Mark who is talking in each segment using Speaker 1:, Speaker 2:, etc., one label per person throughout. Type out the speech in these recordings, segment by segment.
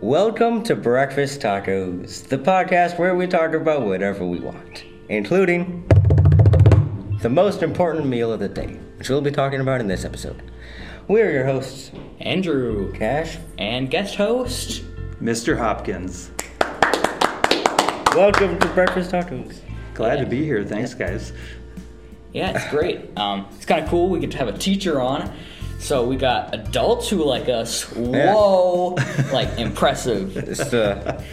Speaker 1: Welcome to Breakfast Tacos, the podcast where we talk about whatever we want, including the most important meal of the day, which we'll be talking about in this episode. We are your hosts,
Speaker 2: Andrew
Speaker 1: Cash.
Speaker 2: and guest host.
Speaker 3: Mr. Hopkins.
Speaker 1: Welcome to Breakfast Tacos.
Speaker 3: Glad to be here. Thanks, guys.
Speaker 2: Yeah, it's great. Um, it's kind of cool. We get to have a teacher on. So we got adults who like us.
Speaker 1: Yeah.
Speaker 2: Whoa, like impressive.
Speaker 1: It's the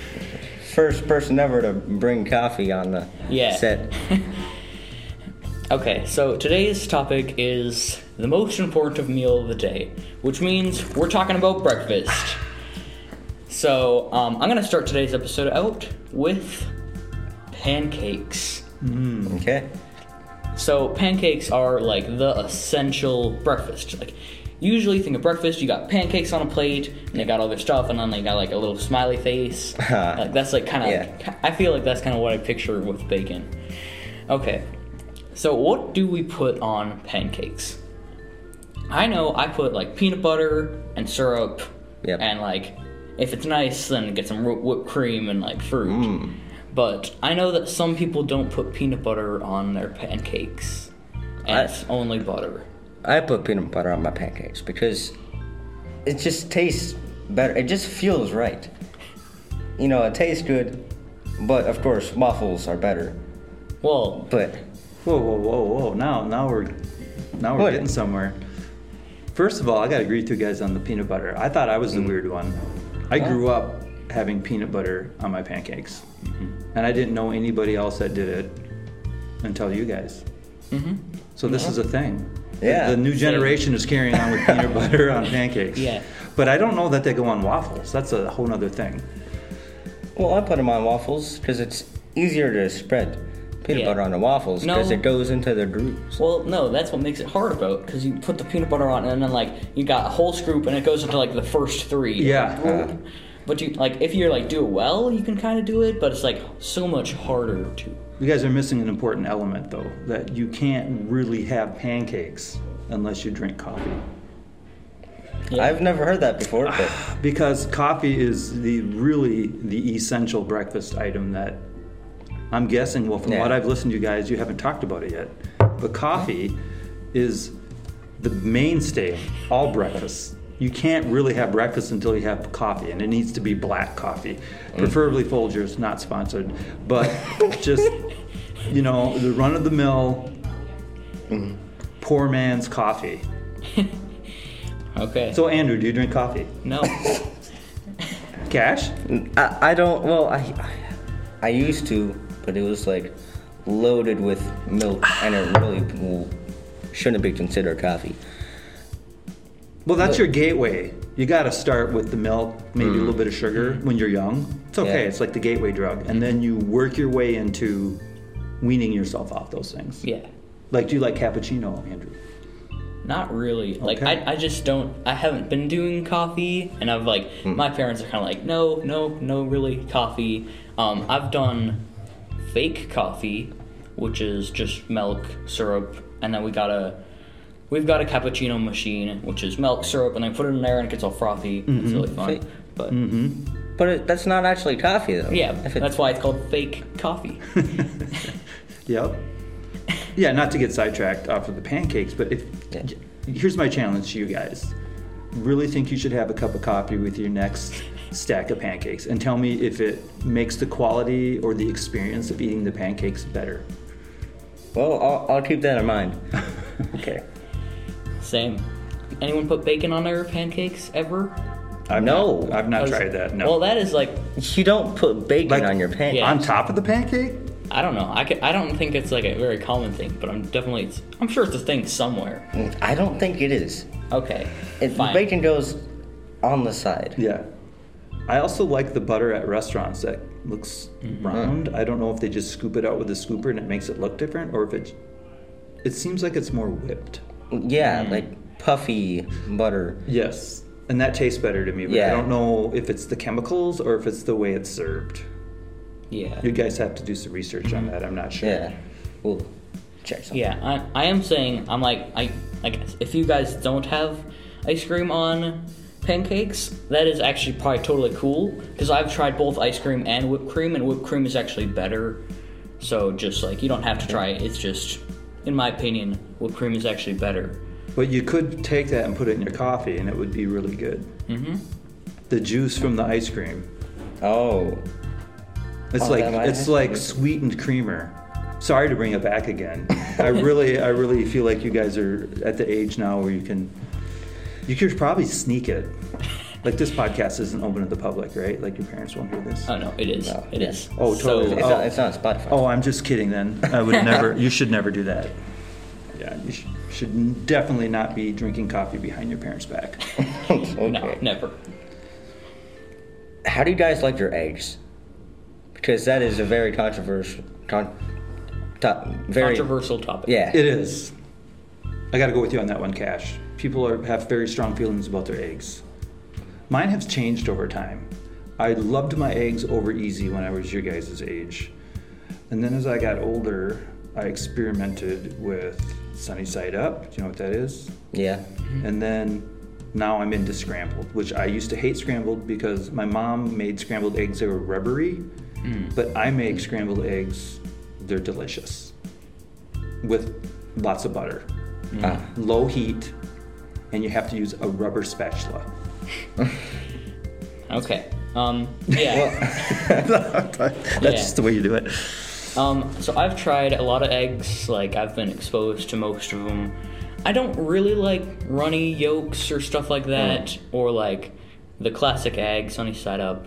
Speaker 1: first person ever to bring coffee on the
Speaker 2: Yeah.
Speaker 1: set.
Speaker 2: Okay, so today's topic is the most important of meal of the day, which means we're talking about breakfast. So um, I'm gonna start today's episode out with pancakes.
Speaker 1: Okay.
Speaker 2: So pancakes are like the essential breakfast. Like usually think of breakfast, you got pancakes on a plate, and they got all their stuff, and then they got like a little smiley face. like that's like kind of.
Speaker 1: Yeah.
Speaker 2: I feel like that's kind of what I picture with bacon. Okay, so what do we put on pancakes? I know I put like peanut butter and syrup,
Speaker 1: Yep.
Speaker 2: and like if it's nice, then get some whi- whipped cream and like fruit.
Speaker 1: Mm.
Speaker 2: But I know that some people don't put peanut butter on their pancakes, and
Speaker 1: I-
Speaker 2: it's only butter.
Speaker 1: I put peanut butter on my pancakes because it just tastes better. It just feels right. You know, it tastes good, but of course, waffles are better.
Speaker 2: Well,
Speaker 1: But
Speaker 3: Whoa, whoa, whoa, whoa. Now, now we're, now we're
Speaker 1: What?
Speaker 3: getting somewhere. First of all, I gotta agree with you guys on the peanut butter. I thought I was the weird one. I grew up having peanut butter on my pancakes, and I didn't know anybody else that did it until you guys. So this is a thing. The-
Speaker 1: Yeah.
Speaker 3: The, new generation is carrying on with peanut butter on pancakes.
Speaker 2: Yeah.
Speaker 3: But I don't know that they go on waffles. That's a whole nother thing.
Speaker 1: well, I put them on waffles because it's easier to spread peanut
Speaker 2: Yeah.
Speaker 1: butter on the waffles
Speaker 2: No.
Speaker 1: because it goes into the grooves.
Speaker 2: Well, no, that's what makes it hard about because you put the peanut butter on and then like you got a whole scoop and it goes into like the first three.
Speaker 3: Yeah.
Speaker 1: uh,
Speaker 2: Like, but you like if you're like do it well, you can kind of do it, but it's like so much harder to.
Speaker 3: You guys are missing an important element, though, that you can't really have pancakes unless you drink coffee.
Speaker 2: Yeah.
Speaker 1: I've never heard that before, but
Speaker 3: Because coffee is the really the essential breakfast item that I'm guessing, well, from
Speaker 1: Yeah.
Speaker 3: what I've listened to you guys, you haven't talked about it yet. But coffee is the mainstay of all breakfasts. You can't really have breakfast until you have coffee, and it needs to be black coffee, preferably Folgers, not sponsored, but just you know the run of the mill, poor man's coffee.
Speaker 2: Okay.
Speaker 3: So Andrew, do you drink coffee?
Speaker 2: no.
Speaker 3: Cash?
Speaker 1: I, I don't. Well, I I used to, but it was like loaded with milk, and it really w- shouldn't be considered coffee.
Speaker 3: Well, that's your gateway. You got to start with the milk, maybe a little bit of sugar when you're young. It's okay.
Speaker 1: Mm-hmm. Yeah.
Speaker 3: It's like the gateway drug. And then you work your way into weaning yourself off those things.
Speaker 2: yeah.
Speaker 3: Like, do you like cappuccino, Andrew?
Speaker 2: Not really. Like
Speaker 3: Okay.
Speaker 2: I, I just don't. I haven't been doing coffee, and I've like
Speaker 1: Hmm.
Speaker 2: my parents are kind of like, no, no, no, really coffee. Um, I've done fake coffee, which is just milk syrup, and then we got a we've got a cappuccino machine, which is milk syrup, and I put it in there and it gets all frothy. It's really fun.
Speaker 1: Mm-hmm. Fake.
Speaker 2: But
Speaker 1: Mm-hmm.
Speaker 3: Mm-hmm.
Speaker 1: But it, that's not actually coffee, though.
Speaker 2: yeah,
Speaker 1: If it-
Speaker 2: that's why it's called fake coffee.
Speaker 3: Yep. yeah, not to get sidetracked off of the pancakes, but if
Speaker 1: Yeah.
Speaker 3: here's my challenge to you guys. Really think you should have a cup of coffee with your next stack of pancakes and tell me if it makes the quality or the experience of eating the pancakes better.
Speaker 1: Well, I'll, I'll keep that in mind.
Speaker 3: Okay.
Speaker 2: Same. Anyone put bacon on their pancakes ever?
Speaker 3: I've
Speaker 1: No.
Speaker 3: not, I've not
Speaker 2: Because-
Speaker 3: tried that. No.
Speaker 2: Oh, Well, that is like
Speaker 1: You don't put bacon
Speaker 3: Like-
Speaker 1: on your pan.
Speaker 2: Yeah.
Speaker 3: on top of the pancake.
Speaker 2: I don't know. I, could, I don't think it's like a very common thing, but I'm definitely it's, I'm sure it's a thing somewhere.
Speaker 1: I don't think it is.
Speaker 2: Okay,
Speaker 1: It,
Speaker 2: fine.
Speaker 1: bacon goes on the side.
Speaker 3: Yeah. I also like the butter at restaurants that looks round. I don't know if they just scoop it out with a scooper and it makes it look different, or if it. It seems like it's more whipped.
Speaker 1: Yeah,
Speaker 2: Mm.
Speaker 1: like puffy butter.
Speaker 3: Yes. And that tastes better to me, but
Speaker 1: Yeah.
Speaker 3: I don't know if it's the chemicals or if it's the way it's served.
Speaker 2: yeah,
Speaker 3: You guys have to do some research on that. I'm not sure.
Speaker 1: Yeah. We'll check something.
Speaker 2: yeah. I, I am saying I'm like I like if you guys don't have ice cream on pancakes, that is actually probably totally cool because I've tried both ice cream and whipped cream, and whipped cream is actually better. So just like you don't have to try it. It's just, in my opinion, whipped cream is actually better.
Speaker 3: But you could take that and put it in your coffee, and it would be really good. Mm-hmm. The juice from the ice cream.
Speaker 1: Oh,
Speaker 3: It's
Speaker 1: Oh,
Speaker 3: like
Speaker 1: that might
Speaker 3: it's
Speaker 1: actually
Speaker 3: like
Speaker 1: be good.
Speaker 3: sweetened creamer. Sorry to bring it back again. I really, I really feel like you guys are at the age now where you can, you could probably sneak it. Like this podcast isn't open to the public, right? Like your parents won't hear this.
Speaker 2: Oh no, it is.
Speaker 1: No,
Speaker 2: It
Speaker 1: yeah.
Speaker 2: is.
Speaker 3: Oh, totally.
Speaker 2: So, uh,
Speaker 1: it's,
Speaker 3: Oh.
Speaker 1: not, it's not Spotify.
Speaker 3: Oh, I'm just kidding. Then I would never. You should never do that. Yeah, you should, should definitely not be drinking coffee behind your parents' back.
Speaker 1: okay.
Speaker 2: No, never.
Speaker 1: How do you guys like your eggs? Because that is a very controversial, con, to, very
Speaker 2: Controversial topic.
Speaker 1: Yeah,
Speaker 3: It is. I got to go with you on that one, Cash. People are, have very strong feelings about their eggs. Mine have changed over time. I loved my eggs over easy when I was your guys' age. And then as I got older, I experimented with sunny side up. Do you know what that is?
Speaker 1: yeah.
Speaker 3: and then now I'm into scrambled, which I used to hate scrambled because my mom made scrambled eggs that were rubbery,
Speaker 2: Mm.
Speaker 3: but I make scrambled eggs. They're delicious with lots of butter,
Speaker 1: Ah.
Speaker 3: low heat, and you have to use a rubber spatula.
Speaker 2: Okay. Um. Yeah.
Speaker 1: Ah.
Speaker 3: That's
Speaker 2: Yeah.
Speaker 3: just the way you do it.
Speaker 2: Um, so I've tried a lot of eggs. Like I've been exposed to most of them. I don't really like runny yolks or stuff
Speaker 3: Hmm.
Speaker 2: like that, or like the classic egg, sunny side up.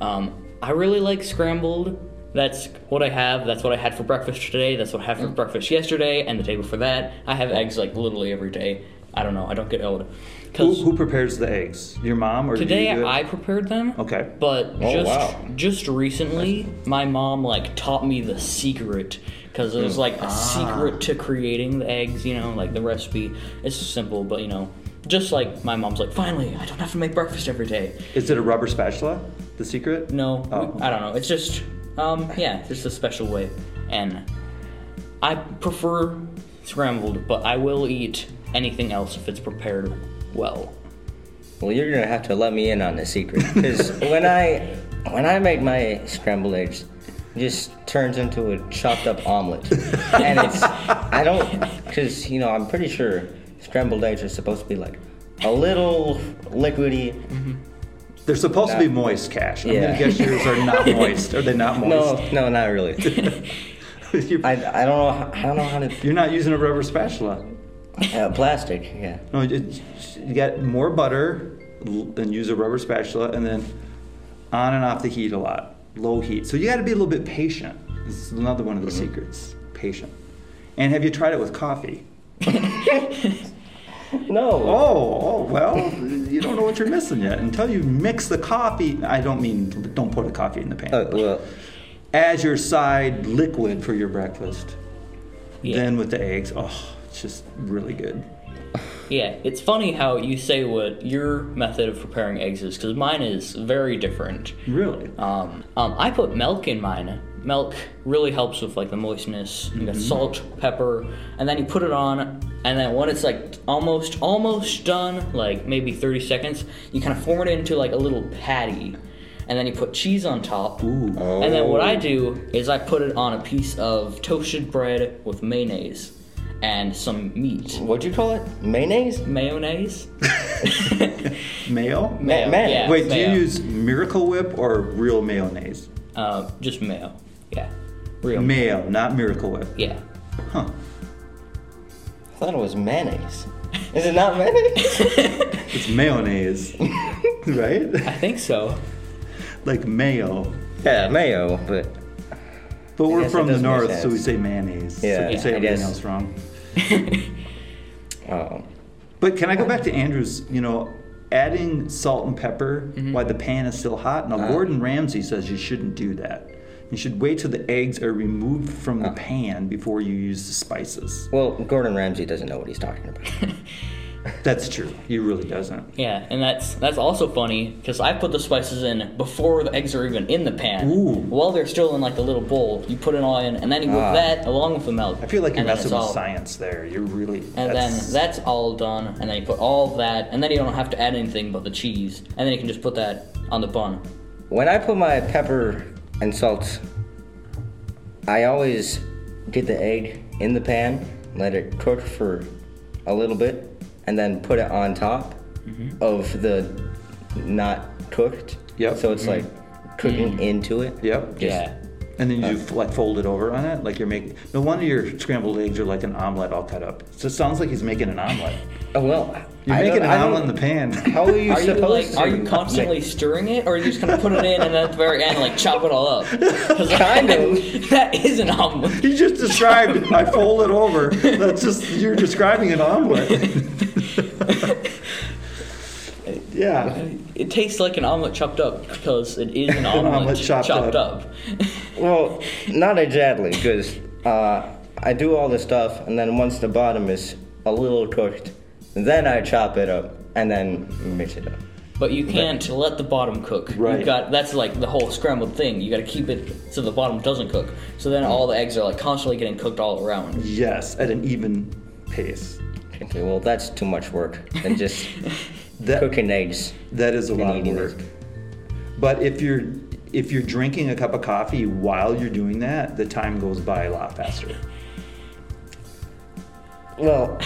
Speaker 2: Um, I really like scrambled. That's what I have. That's what I had for breakfast today. That's what I had
Speaker 3: Hmm.
Speaker 2: for breakfast yesterday and the day before that. I have eggs like literally every day. I don't know. I don't get old.
Speaker 3: Who,
Speaker 2: Cause
Speaker 3: who prepares the eggs? Your mom or do you
Speaker 2: today
Speaker 3: do it?
Speaker 2: I prepared them.
Speaker 3: Okay.
Speaker 2: But
Speaker 1: Oh,
Speaker 2: just
Speaker 1: wow.
Speaker 2: just recently, my mom like taught me the secret because
Speaker 3: Hmm.
Speaker 2: it was like
Speaker 3: Ah.
Speaker 2: a secret to creating the eggs. You know, like the recipe. It's simple, but you know, just like my mom's like, finally, I don't have to make breakfast every day.
Speaker 3: Is it a rubber spatula? The secret?
Speaker 2: No,
Speaker 3: Oh.
Speaker 2: I don't know. It's just, um, yeah, just a special way, and I prefer scrambled, but I will eat anything else if it's prepared well.
Speaker 1: Well, you're gonna have to let me in on the secret because when I when I make my scrambled eggs, it just turns into a chopped up omelet, and it's I don't because you know I'm pretty sure scrambled eggs are supposed to be like a little liquidy.
Speaker 3: Mm-hmm. They're supposed to be moist, Cash. I'm
Speaker 1: Yeah.
Speaker 3: gonna guess yours are not moist. Are they not
Speaker 1: No,
Speaker 3: moist?
Speaker 1: no, not really.
Speaker 3: You're-
Speaker 1: I, I don't know I don't know how to
Speaker 3: you're not using a rubber spatula.
Speaker 1: uh, plastic. Yeah.
Speaker 3: No, it, you get more butter l- and use a rubber spatula, and then on and off the heat a lot, low heat. So you got to be a little bit patient. This is another one of the
Speaker 1: Mm-hmm.
Speaker 3: secrets: patient. And have you tried it with coffee?
Speaker 1: No.
Speaker 3: Oh, oh well, you don't know what you're missing yet until you mix the coffee. I don't mean don't put the coffee in the pan.
Speaker 1: Uh, well,
Speaker 3: As your side liquid for your breakfast.
Speaker 2: Yeah.
Speaker 3: Then with the eggs, oh, it's just really good.
Speaker 2: Yeah, it's funny how you say what your method of preparing eggs is, because mine is very different.
Speaker 3: Really.
Speaker 2: Um, um, I put milk in mine. Milk really helps with like the moistness. You got salt, pepper, and then you put it on, and then when it's like almost almost done, like maybe 30 seconds, you kind of form it into like a little patty, and then you put cheese on top.
Speaker 3: Ooh.
Speaker 2: And then what I do is I put it on a piece of toasted bread with mayonnaise and some meat.
Speaker 1: what'd you call it? Mayonnaise?
Speaker 2: Mayonnaise?
Speaker 3: Mayo.
Speaker 1: Ma- mayo.
Speaker 2: yeah,
Speaker 3: Wait, do
Speaker 2: mayo.
Speaker 3: you use Miracle Whip or real mayonnaise?
Speaker 2: Uh, just mayo. Yeah. Real.
Speaker 3: Mayo, not Miracle Whip.
Speaker 2: yeah.
Speaker 3: Huh.
Speaker 1: I thought it was mayonnaise. Is it not mayonnaise?
Speaker 3: It's mayonnaise,
Speaker 2: I
Speaker 3: right?
Speaker 2: think so.
Speaker 3: Like mayo.
Speaker 1: yeah, mayo, but
Speaker 3: But we're
Speaker 1: guess
Speaker 3: from
Speaker 1: that
Speaker 3: the
Speaker 1: does make
Speaker 3: north, so we
Speaker 1: sense.
Speaker 3: say mayonnaise.
Speaker 1: Yeah,
Speaker 3: so we
Speaker 1: Yeah,
Speaker 3: say
Speaker 1: I
Speaker 3: everything
Speaker 1: guess.
Speaker 3: else wrong.
Speaker 1: oh.
Speaker 3: But can I go back to Andrew's, you know, adding salt and pepper
Speaker 1: Mm-hmm.
Speaker 3: while the pan is still hot?
Speaker 1: Uh-huh.
Speaker 3: Now, Gordon Ramsay says you shouldn't do that. You should wait till the eggs are removed from
Speaker 1: Uh-huh.
Speaker 3: the pan before you use the spices.
Speaker 1: Well, Gordon Ramsay doesn't know what he's talking about.
Speaker 3: That's true. He really doesn't.
Speaker 2: Yeah, and that's that's also funny because I put the spices in before the eggs are even in the pan.
Speaker 3: Ooh.
Speaker 2: While they're still in like the little bowl, you put it all in, and then you whip
Speaker 1: Ah.
Speaker 2: that along with the milk.
Speaker 3: I feel like you're
Speaker 2: and then it's
Speaker 3: messing with
Speaker 2: all-
Speaker 3: science there. You're really.
Speaker 2: And then that's all done, and then you put all that, and then you don't have to add anything but the cheese, and then you can just put that on the bun.
Speaker 1: When I put my pepper and salt, I always get the egg in the pan, let it cook for a little bit, and then put it on top of the not cooked.
Speaker 3: Mm-hmm. Yep. Mm-hmm.
Speaker 1: So it's like cooking into it.
Speaker 3: Yep.
Speaker 2: Yeah. Uh.
Speaker 3: And then you f like fold it over on it, like you're making. No wonder your scrambled eggs are like an omelet all cut up. It just sounds like he's making an omelet.
Speaker 1: Oh well.
Speaker 3: You're
Speaker 1: I
Speaker 3: making
Speaker 1: don't-
Speaker 3: an
Speaker 1: I don't-
Speaker 3: omelet in the pan.
Speaker 1: How are you
Speaker 2: Are you,
Speaker 1: supposed
Speaker 2: like,
Speaker 1: to?
Speaker 2: are you constantly stirring it, or are you just gonna put it in and then at the very end, like chop it all up? 'Cause
Speaker 1: Kind
Speaker 2: that-
Speaker 1: of.
Speaker 2: That is an omelet.
Speaker 3: He just described. I fold it over. That's just you're describing an omelet. yeah.
Speaker 2: It tastes like an omelet chopped up because it is an omelet,
Speaker 3: omelet chopped
Speaker 2: chopped,
Speaker 3: up.
Speaker 2: up.
Speaker 1: Well, not exactly, because uh, I do all the stuff, and then once the bottom is a little cooked, then I chop it up and then mix it up.
Speaker 2: But you can't let the bottom cook.
Speaker 3: Right.
Speaker 2: You got that's like the whole scrambled thing. You got to keep it so the bottom doesn't cook. So then all the eggs are like constantly getting cooked all around.
Speaker 3: Yes, at an even pace.
Speaker 1: Okay, well, that's too much work than just
Speaker 3: That
Speaker 1: cooking eggs.
Speaker 3: that is a lot of
Speaker 1: eating
Speaker 3: work. But if you're if you're drinking a cup of coffee while you're doing that, the time goes by a lot faster.
Speaker 1: Well,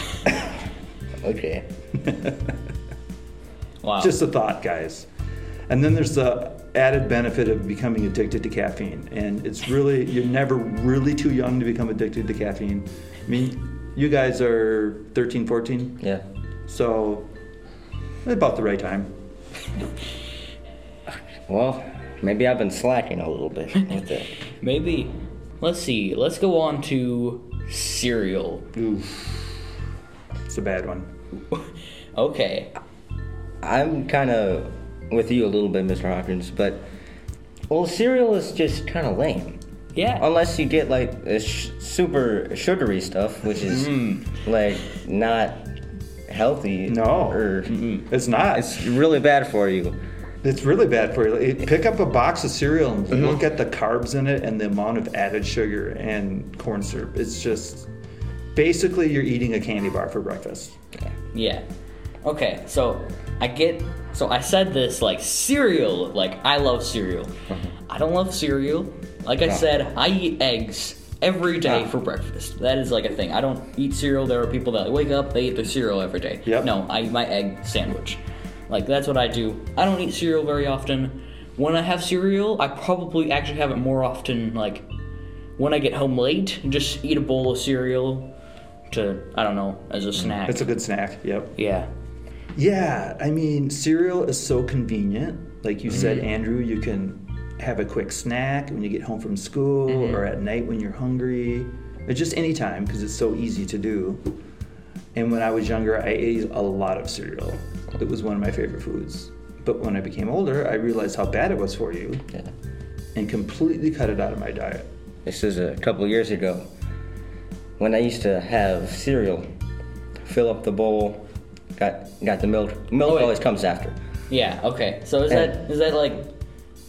Speaker 1: okay.
Speaker 2: Wow.
Speaker 3: Just a thought, guys. And then there's the added benefit of becoming addicted to caffeine. And it's really, you're never really too young to become addicted to caffeine. I mean, you guys are 13, 14,
Speaker 1: Yeah.
Speaker 3: so about the right time.
Speaker 1: Well, maybe I've been slacking a little bit with it.
Speaker 2: Maybe. Let's see. Let's go on to cereal.
Speaker 3: It's a bad one.
Speaker 2: Okay.
Speaker 1: I'm kind of with you a little bit, Mr. Hopkins, but well, cereal is just kind of lame.
Speaker 2: Yeah.
Speaker 1: Unless you get like this sh- super sugary stuff, which is
Speaker 2: Mm-hmm.
Speaker 1: like not healthy.
Speaker 3: No.
Speaker 1: or
Speaker 2: Mm-hmm.
Speaker 3: It's not. It's,
Speaker 1: it's really bad for you.
Speaker 3: it's really bad for you. It- Pick up a box of cereal and look at the carbs in it and the amount of added sugar and corn syrup. It's just basically you're eating a candy bar for breakfast.
Speaker 2: Yeah. Okay. So I get. So I said this like cereal. Like I love cereal.
Speaker 3: Uh-huh.
Speaker 2: I don't love cereal. Like I said, I eat eggs every day
Speaker 3: Ah.
Speaker 2: for breakfast. That is like a thing. I don't eat cereal. There are people that wake up, they eat their cereal every day.
Speaker 3: Yep.
Speaker 2: No, I eat my egg sandwich. Like that's what I do. I don't eat cereal very often. When I have cereal, I probably actually have it more often like when I get home late, just eat a bowl of cereal to I don't know, as a snack.
Speaker 3: It's a good snack. Yep.
Speaker 2: yeah.
Speaker 3: Yeah, I mean, cereal is so convenient. Like you said, Andrew, you can have a quick snack when you get home from school or at night when you're hungry, or just anytime because it's so easy to do. And when I was younger, I ate a lot of cereal. It was one of my favorite foods. But when I became older, I realized how bad it was for you
Speaker 1: Yeah.
Speaker 3: and completely cut it out of my diet.
Speaker 1: This is a couple years ago when I used to have cereal. Fill up the bowl. Got got the milk. Milk
Speaker 2: Oh, wait.
Speaker 1: always comes after.
Speaker 2: Yeah, okay. So is
Speaker 1: Yeah.
Speaker 2: that is that like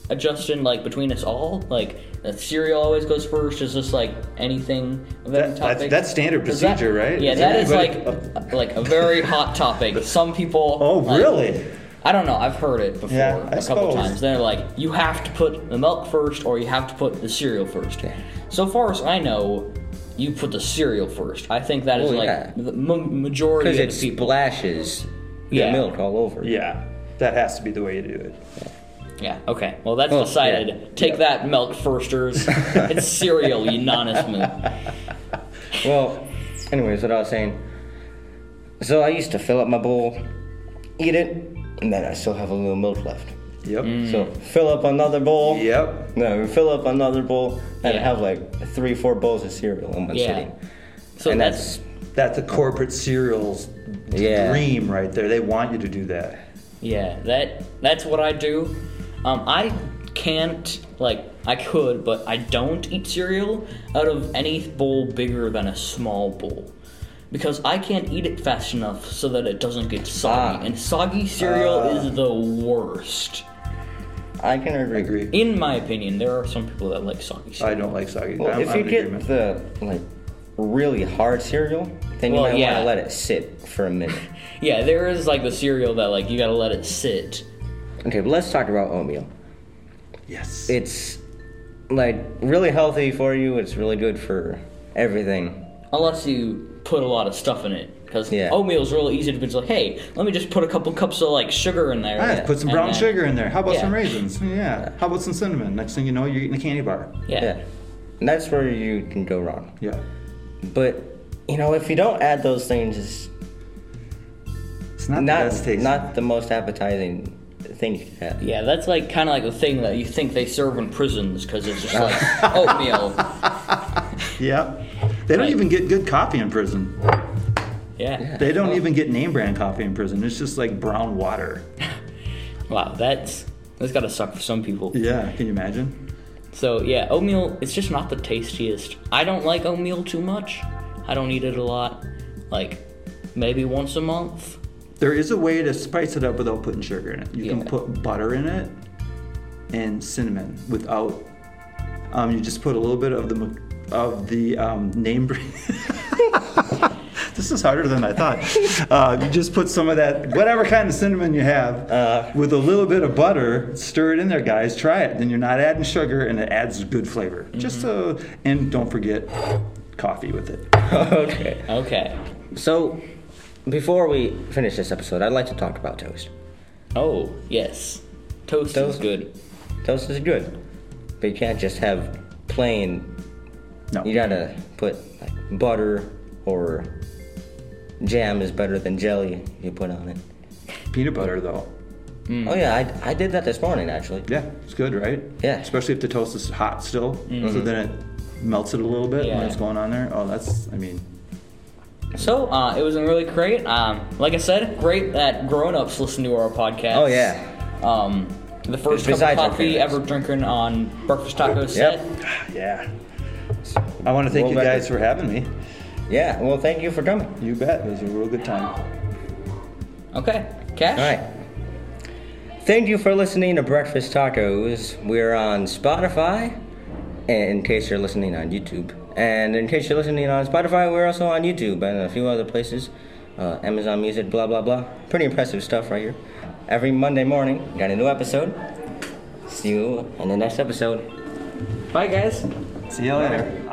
Speaker 2: a Justin like between us all? Like that cereal always goes first, is this like anything of that,
Speaker 3: That- that's-
Speaker 2: topic?
Speaker 3: that's standard
Speaker 2: Is that-
Speaker 3: procedure, right?
Speaker 2: Yeah,
Speaker 3: Is
Speaker 2: that is like
Speaker 3: everybody-
Speaker 2: a- like a very hot topic. Some people
Speaker 3: Oh,
Speaker 2: like-
Speaker 3: really?
Speaker 2: I don't know, I've heard it before
Speaker 3: Yeah, I
Speaker 2: a couple
Speaker 3: suppose.
Speaker 2: times. They're like, you have to put the milk first or you have to put the cereal first. So far as I know, you put the cereal first. I think that is
Speaker 1: Well,
Speaker 2: like
Speaker 1: yeah.
Speaker 2: the m- majority
Speaker 1: Because
Speaker 2: of
Speaker 1: it
Speaker 2: the people.
Speaker 1: splashes
Speaker 2: Yeah.
Speaker 1: the milk all over.
Speaker 3: Yeah, that has to be the way you do it.
Speaker 2: Yeah. Okay. Well, that's
Speaker 1: Oh,
Speaker 2: decided.
Speaker 1: yeah.
Speaker 2: Take
Speaker 1: Yeah.
Speaker 2: that, milk firsters. it's cereal, you non-esmu.
Speaker 1: Well, anyways, what I was saying. So I used to fill up my bowl, eat it, and then I still have a little milk left.
Speaker 3: Yep.
Speaker 1: So fill up another bowl.
Speaker 3: Yep.
Speaker 1: No, fill up another bowl and
Speaker 2: Yeah.
Speaker 1: have like three, four bowls of cereal in one
Speaker 2: Yeah.
Speaker 1: sitting.
Speaker 2: So
Speaker 1: and
Speaker 2: that's,
Speaker 1: that's,
Speaker 3: That's a corporate cereal's
Speaker 1: Yeah.
Speaker 3: dream right there. They want you to do that.
Speaker 2: yeah. That that's what I do. Um, I can't like I could, but I don't eat cereal out of any bowl bigger than a small bowl. because I can't eat it fast enough so that it doesn't get soggy. And soggy cereal is the worst.
Speaker 1: I can agree.
Speaker 3: Agree.
Speaker 2: In my opinion, there are some people that like soggy cereal.
Speaker 3: I don't like soggy.
Speaker 1: Well,
Speaker 3: I'm,
Speaker 1: if
Speaker 3: I'm
Speaker 1: you
Speaker 3: in
Speaker 1: get
Speaker 3: agreement.
Speaker 1: the like really hard cereal, then you
Speaker 2: Well,
Speaker 1: might want
Speaker 2: yeah.
Speaker 1: to let it sit for a minute.
Speaker 2: yeah, there is like the cereal that like you gotta let it sit.
Speaker 1: okay, but let's talk about oatmeal.
Speaker 3: yes,
Speaker 1: It's like really healthy for you. It's really good for everything.
Speaker 2: Unless you put a lot of stuff in it. Because
Speaker 1: Yeah.
Speaker 2: oatmeal is really easy to be just like, hey, let me just put a couple cups of like sugar in there.
Speaker 3: Ah, put some
Speaker 2: and
Speaker 3: brown
Speaker 2: then-
Speaker 3: sugar in there. How about
Speaker 2: Yeah.
Speaker 3: some raisins? Yeah. How about some cinnamon? Next thing you know, you're eating a candy bar.
Speaker 2: Yeah.
Speaker 1: Yeah, and that's where you can go wrong.
Speaker 3: Yeah.
Speaker 1: But you know, if you don't add those things, it's
Speaker 3: It's not, the
Speaker 1: not
Speaker 3: best taste.
Speaker 1: not the most appetizing thing you can have.
Speaker 2: Yeah, that's like kind of like the thing that you think they serve in prisons because it's just like oatmeal.
Speaker 3: yeah. They don't
Speaker 2: Right.
Speaker 3: even get good coffee in prison.
Speaker 2: Yeah.
Speaker 3: They don't even get name brand coffee in prison. It's just like brown water.
Speaker 2: Wow, that's that's gotta suck for some people.
Speaker 3: Yeah. Can you imagine?
Speaker 2: So yeah, oatmeal it's just not the tastiest. I don't like oatmeal too much. I don't eat it a lot. Like maybe once a month.
Speaker 3: There is a way to spice it up without putting sugar in it. You
Speaker 2: Yeah.
Speaker 3: can put butter in it and cinnamon without. Um, you just put a little bit of the Mc- of the um, name brand. this is harder than I thought. Uh, you just put some of that whatever kind of cinnamon you have
Speaker 1: Uh.
Speaker 3: with a little bit of butter. Stir it in there, guys. Try it. Then you're not adding sugar, and it adds good flavor.
Speaker 1: Mm-hmm.
Speaker 3: Just so, and don't forget coffee with it.
Speaker 1: okay.
Speaker 2: Okay.
Speaker 1: So, before we finish this episode, I'd like to talk about toast.
Speaker 2: Oh, yes. Toast, is
Speaker 1: Toast.
Speaker 2: good.
Speaker 1: Toast is good, but you can't just have plain.
Speaker 3: No.
Speaker 1: You gotta put like butter or jam is better than jelly you put on it.
Speaker 3: Peanut butter though.
Speaker 1: Oh yeah, I, I did that this morning actually.
Speaker 3: Yeah, it's good, right?
Speaker 1: Yeah.
Speaker 3: Especially if the toast is hot still, so then it melts it a little bit
Speaker 2: Yeah.
Speaker 3: when it's going on there. Oh, that's, I mean,
Speaker 2: So, uh, it was really great. Um, like I said, great that grown ups listen to our podcast.
Speaker 1: Oh, yeah.
Speaker 2: Um, the first
Speaker 1: Besides
Speaker 2: cup
Speaker 1: our
Speaker 2: of coffee
Speaker 1: parents.
Speaker 2: ever drinking on Breakfast Taco set.
Speaker 3: yeah. I want to thank
Speaker 1: World
Speaker 3: you guys
Speaker 1: record.
Speaker 3: for having me.
Speaker 1: Yeah. Well, thank you for coming.
Speaker 3: You bet. It was a real good time.
Speaker 2: Okay. Cash?
Speaker 1: All right. Thank you for listening to Breakfast Tacos. We're on Spotify, and in case you're listening on YouTube. And in case you're listening on Spotify, we're also on YouTube and a few other places. Uh, Amazon Music, blah, blah, blah. Pretty impressive stuff right here. Every Monday morning, got a new episode. See you in the next episode.
Speaker 2: Bye, guys.
Speaker 3: See you later.